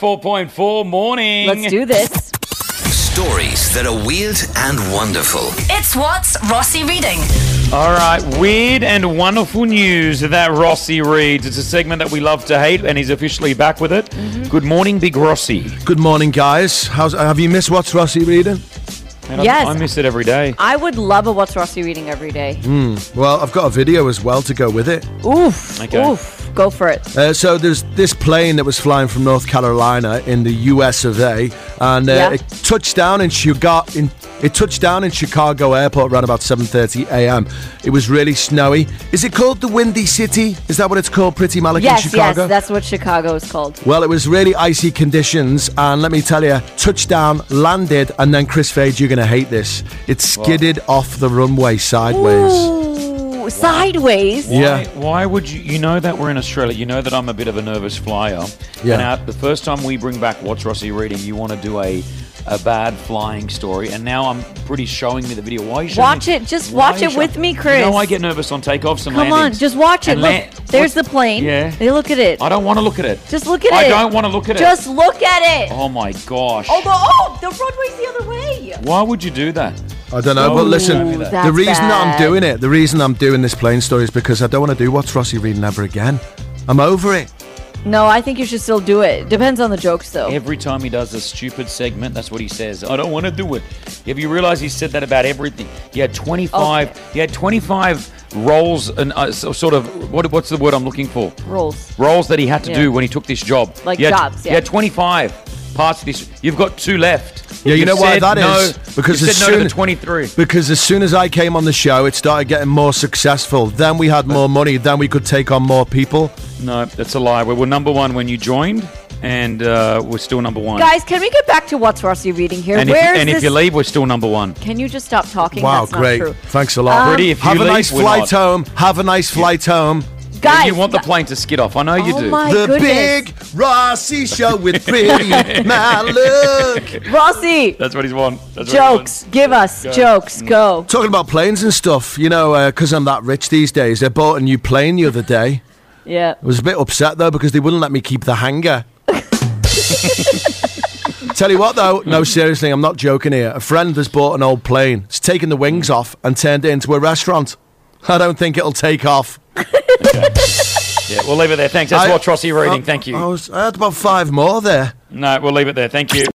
104.4 morning. Let's do this. Stories that are weird and wonderful. It's what's Rossi reading. All right, weird and wonderful news that Rossi reads. It's a segment that we love to hate, and he's officially back with it. Mm-hmm. Good morning, Big Rossi. Good morning, guys. How's, have you missed what's Rossi reading? And I- Yes. I miss it every day. I would love a What's Rossi reading every day. Mm. Well, I've got a video as well to go with it. Oof. Okay. Oof. Go for it. Uh, so there's this plane that was flying from North Carolina in the U.S. of A. And uh, Yeah. it touched down in Chicago. In, it touched down in Chicago airport around about 7:30 a.m. It was really snowy. Is it called the Windy City? Is that what it's called, Pretty Malik Yes, in Chicago? yes, that's what Chicago is called. Well, it was really icy conditions, and let me tell you, touchdown landed, and then Chris Fade, you're going to hate this. It skidded off the runway sideways. Ooh, sideways. Yeah. Why, why would you? You know that we're in Australia. You know that I'm a bit of a nervous flyer. Yeah. And out, the first time we bring back What's Rossi Reading, you want to do a a bad flying story, and now I'm pretty showing me the video. Why are you showing Watch me- it. Just why are watch you it with me, You know Chris. I get nervous on takeoffs and Come on, landings. just watch it. And Look, land- there's what- the plane. Yeah. They look at it. I don't want to look at it. Just look at I it. don't want to look at Just it. look at it. Oh my gosh. Oh, the, oh, the runway's the other way. Why would you do that? I don't know, but Ooh, listen, Oh, that's the reason bad. I'm doing it, the reason I'm doing this plane story is because I don't want to do what's Rossi reading ever again. I'm over it. No, I think you should still do it. Depends on the jokes, though. Every time he does a stupid segment, that's what he says. I don't want to do it. If you realize he said that about everything, he had 25. Okay. He had 25 roles and uh, so- sort of what, what's the word I'm looking for? Roles. Roles that he had to Yeah. do when he took this job. Like He had- jobs, yeah. He had 25 parts of this. You've got two left. Yeah, you You've know why said that is? no, Because you've as said no to soon the 23. Because as soon as I came on the show, it started getting more successful. Then we had more money. Then we could take on more people. No, that's a lie. We were number one when you joined, and uh, we're still number one. Guys, can we get back to What's Rossi reading here? and if, Where's and this? if you leave, we're still number one. Can you just stop talking? Wow, That's great. Not true. Um, Thanks a lot. Pretty, if you Have a leave, nice we're not. flight home. Have a nice flight home. Guys, you want the plane to skid off. I know you Oh do. my- The goodness. big Rossi show with pretty Malik. Rossi, That's what he's want. That's what he jokes. wants. Give us Go. jokes. Go. Talking about planes and stuff, you know, because I'm that rich these days. I bought a new plane the other day. Yeah. I was a bit upset though because they wouldn't let me keep the hanger. Tell you what though, no, seriously, I'm not joking here. A friend has bought an old plane. It's taken the wings off and turned it into a restaurant. I don't think it'll take off. Yeah, we'll leave it there. Thanks. That's I- what Rossi reading. I- Thank you. I, was, I had about five more there. No, we'll leave it there. Thank you.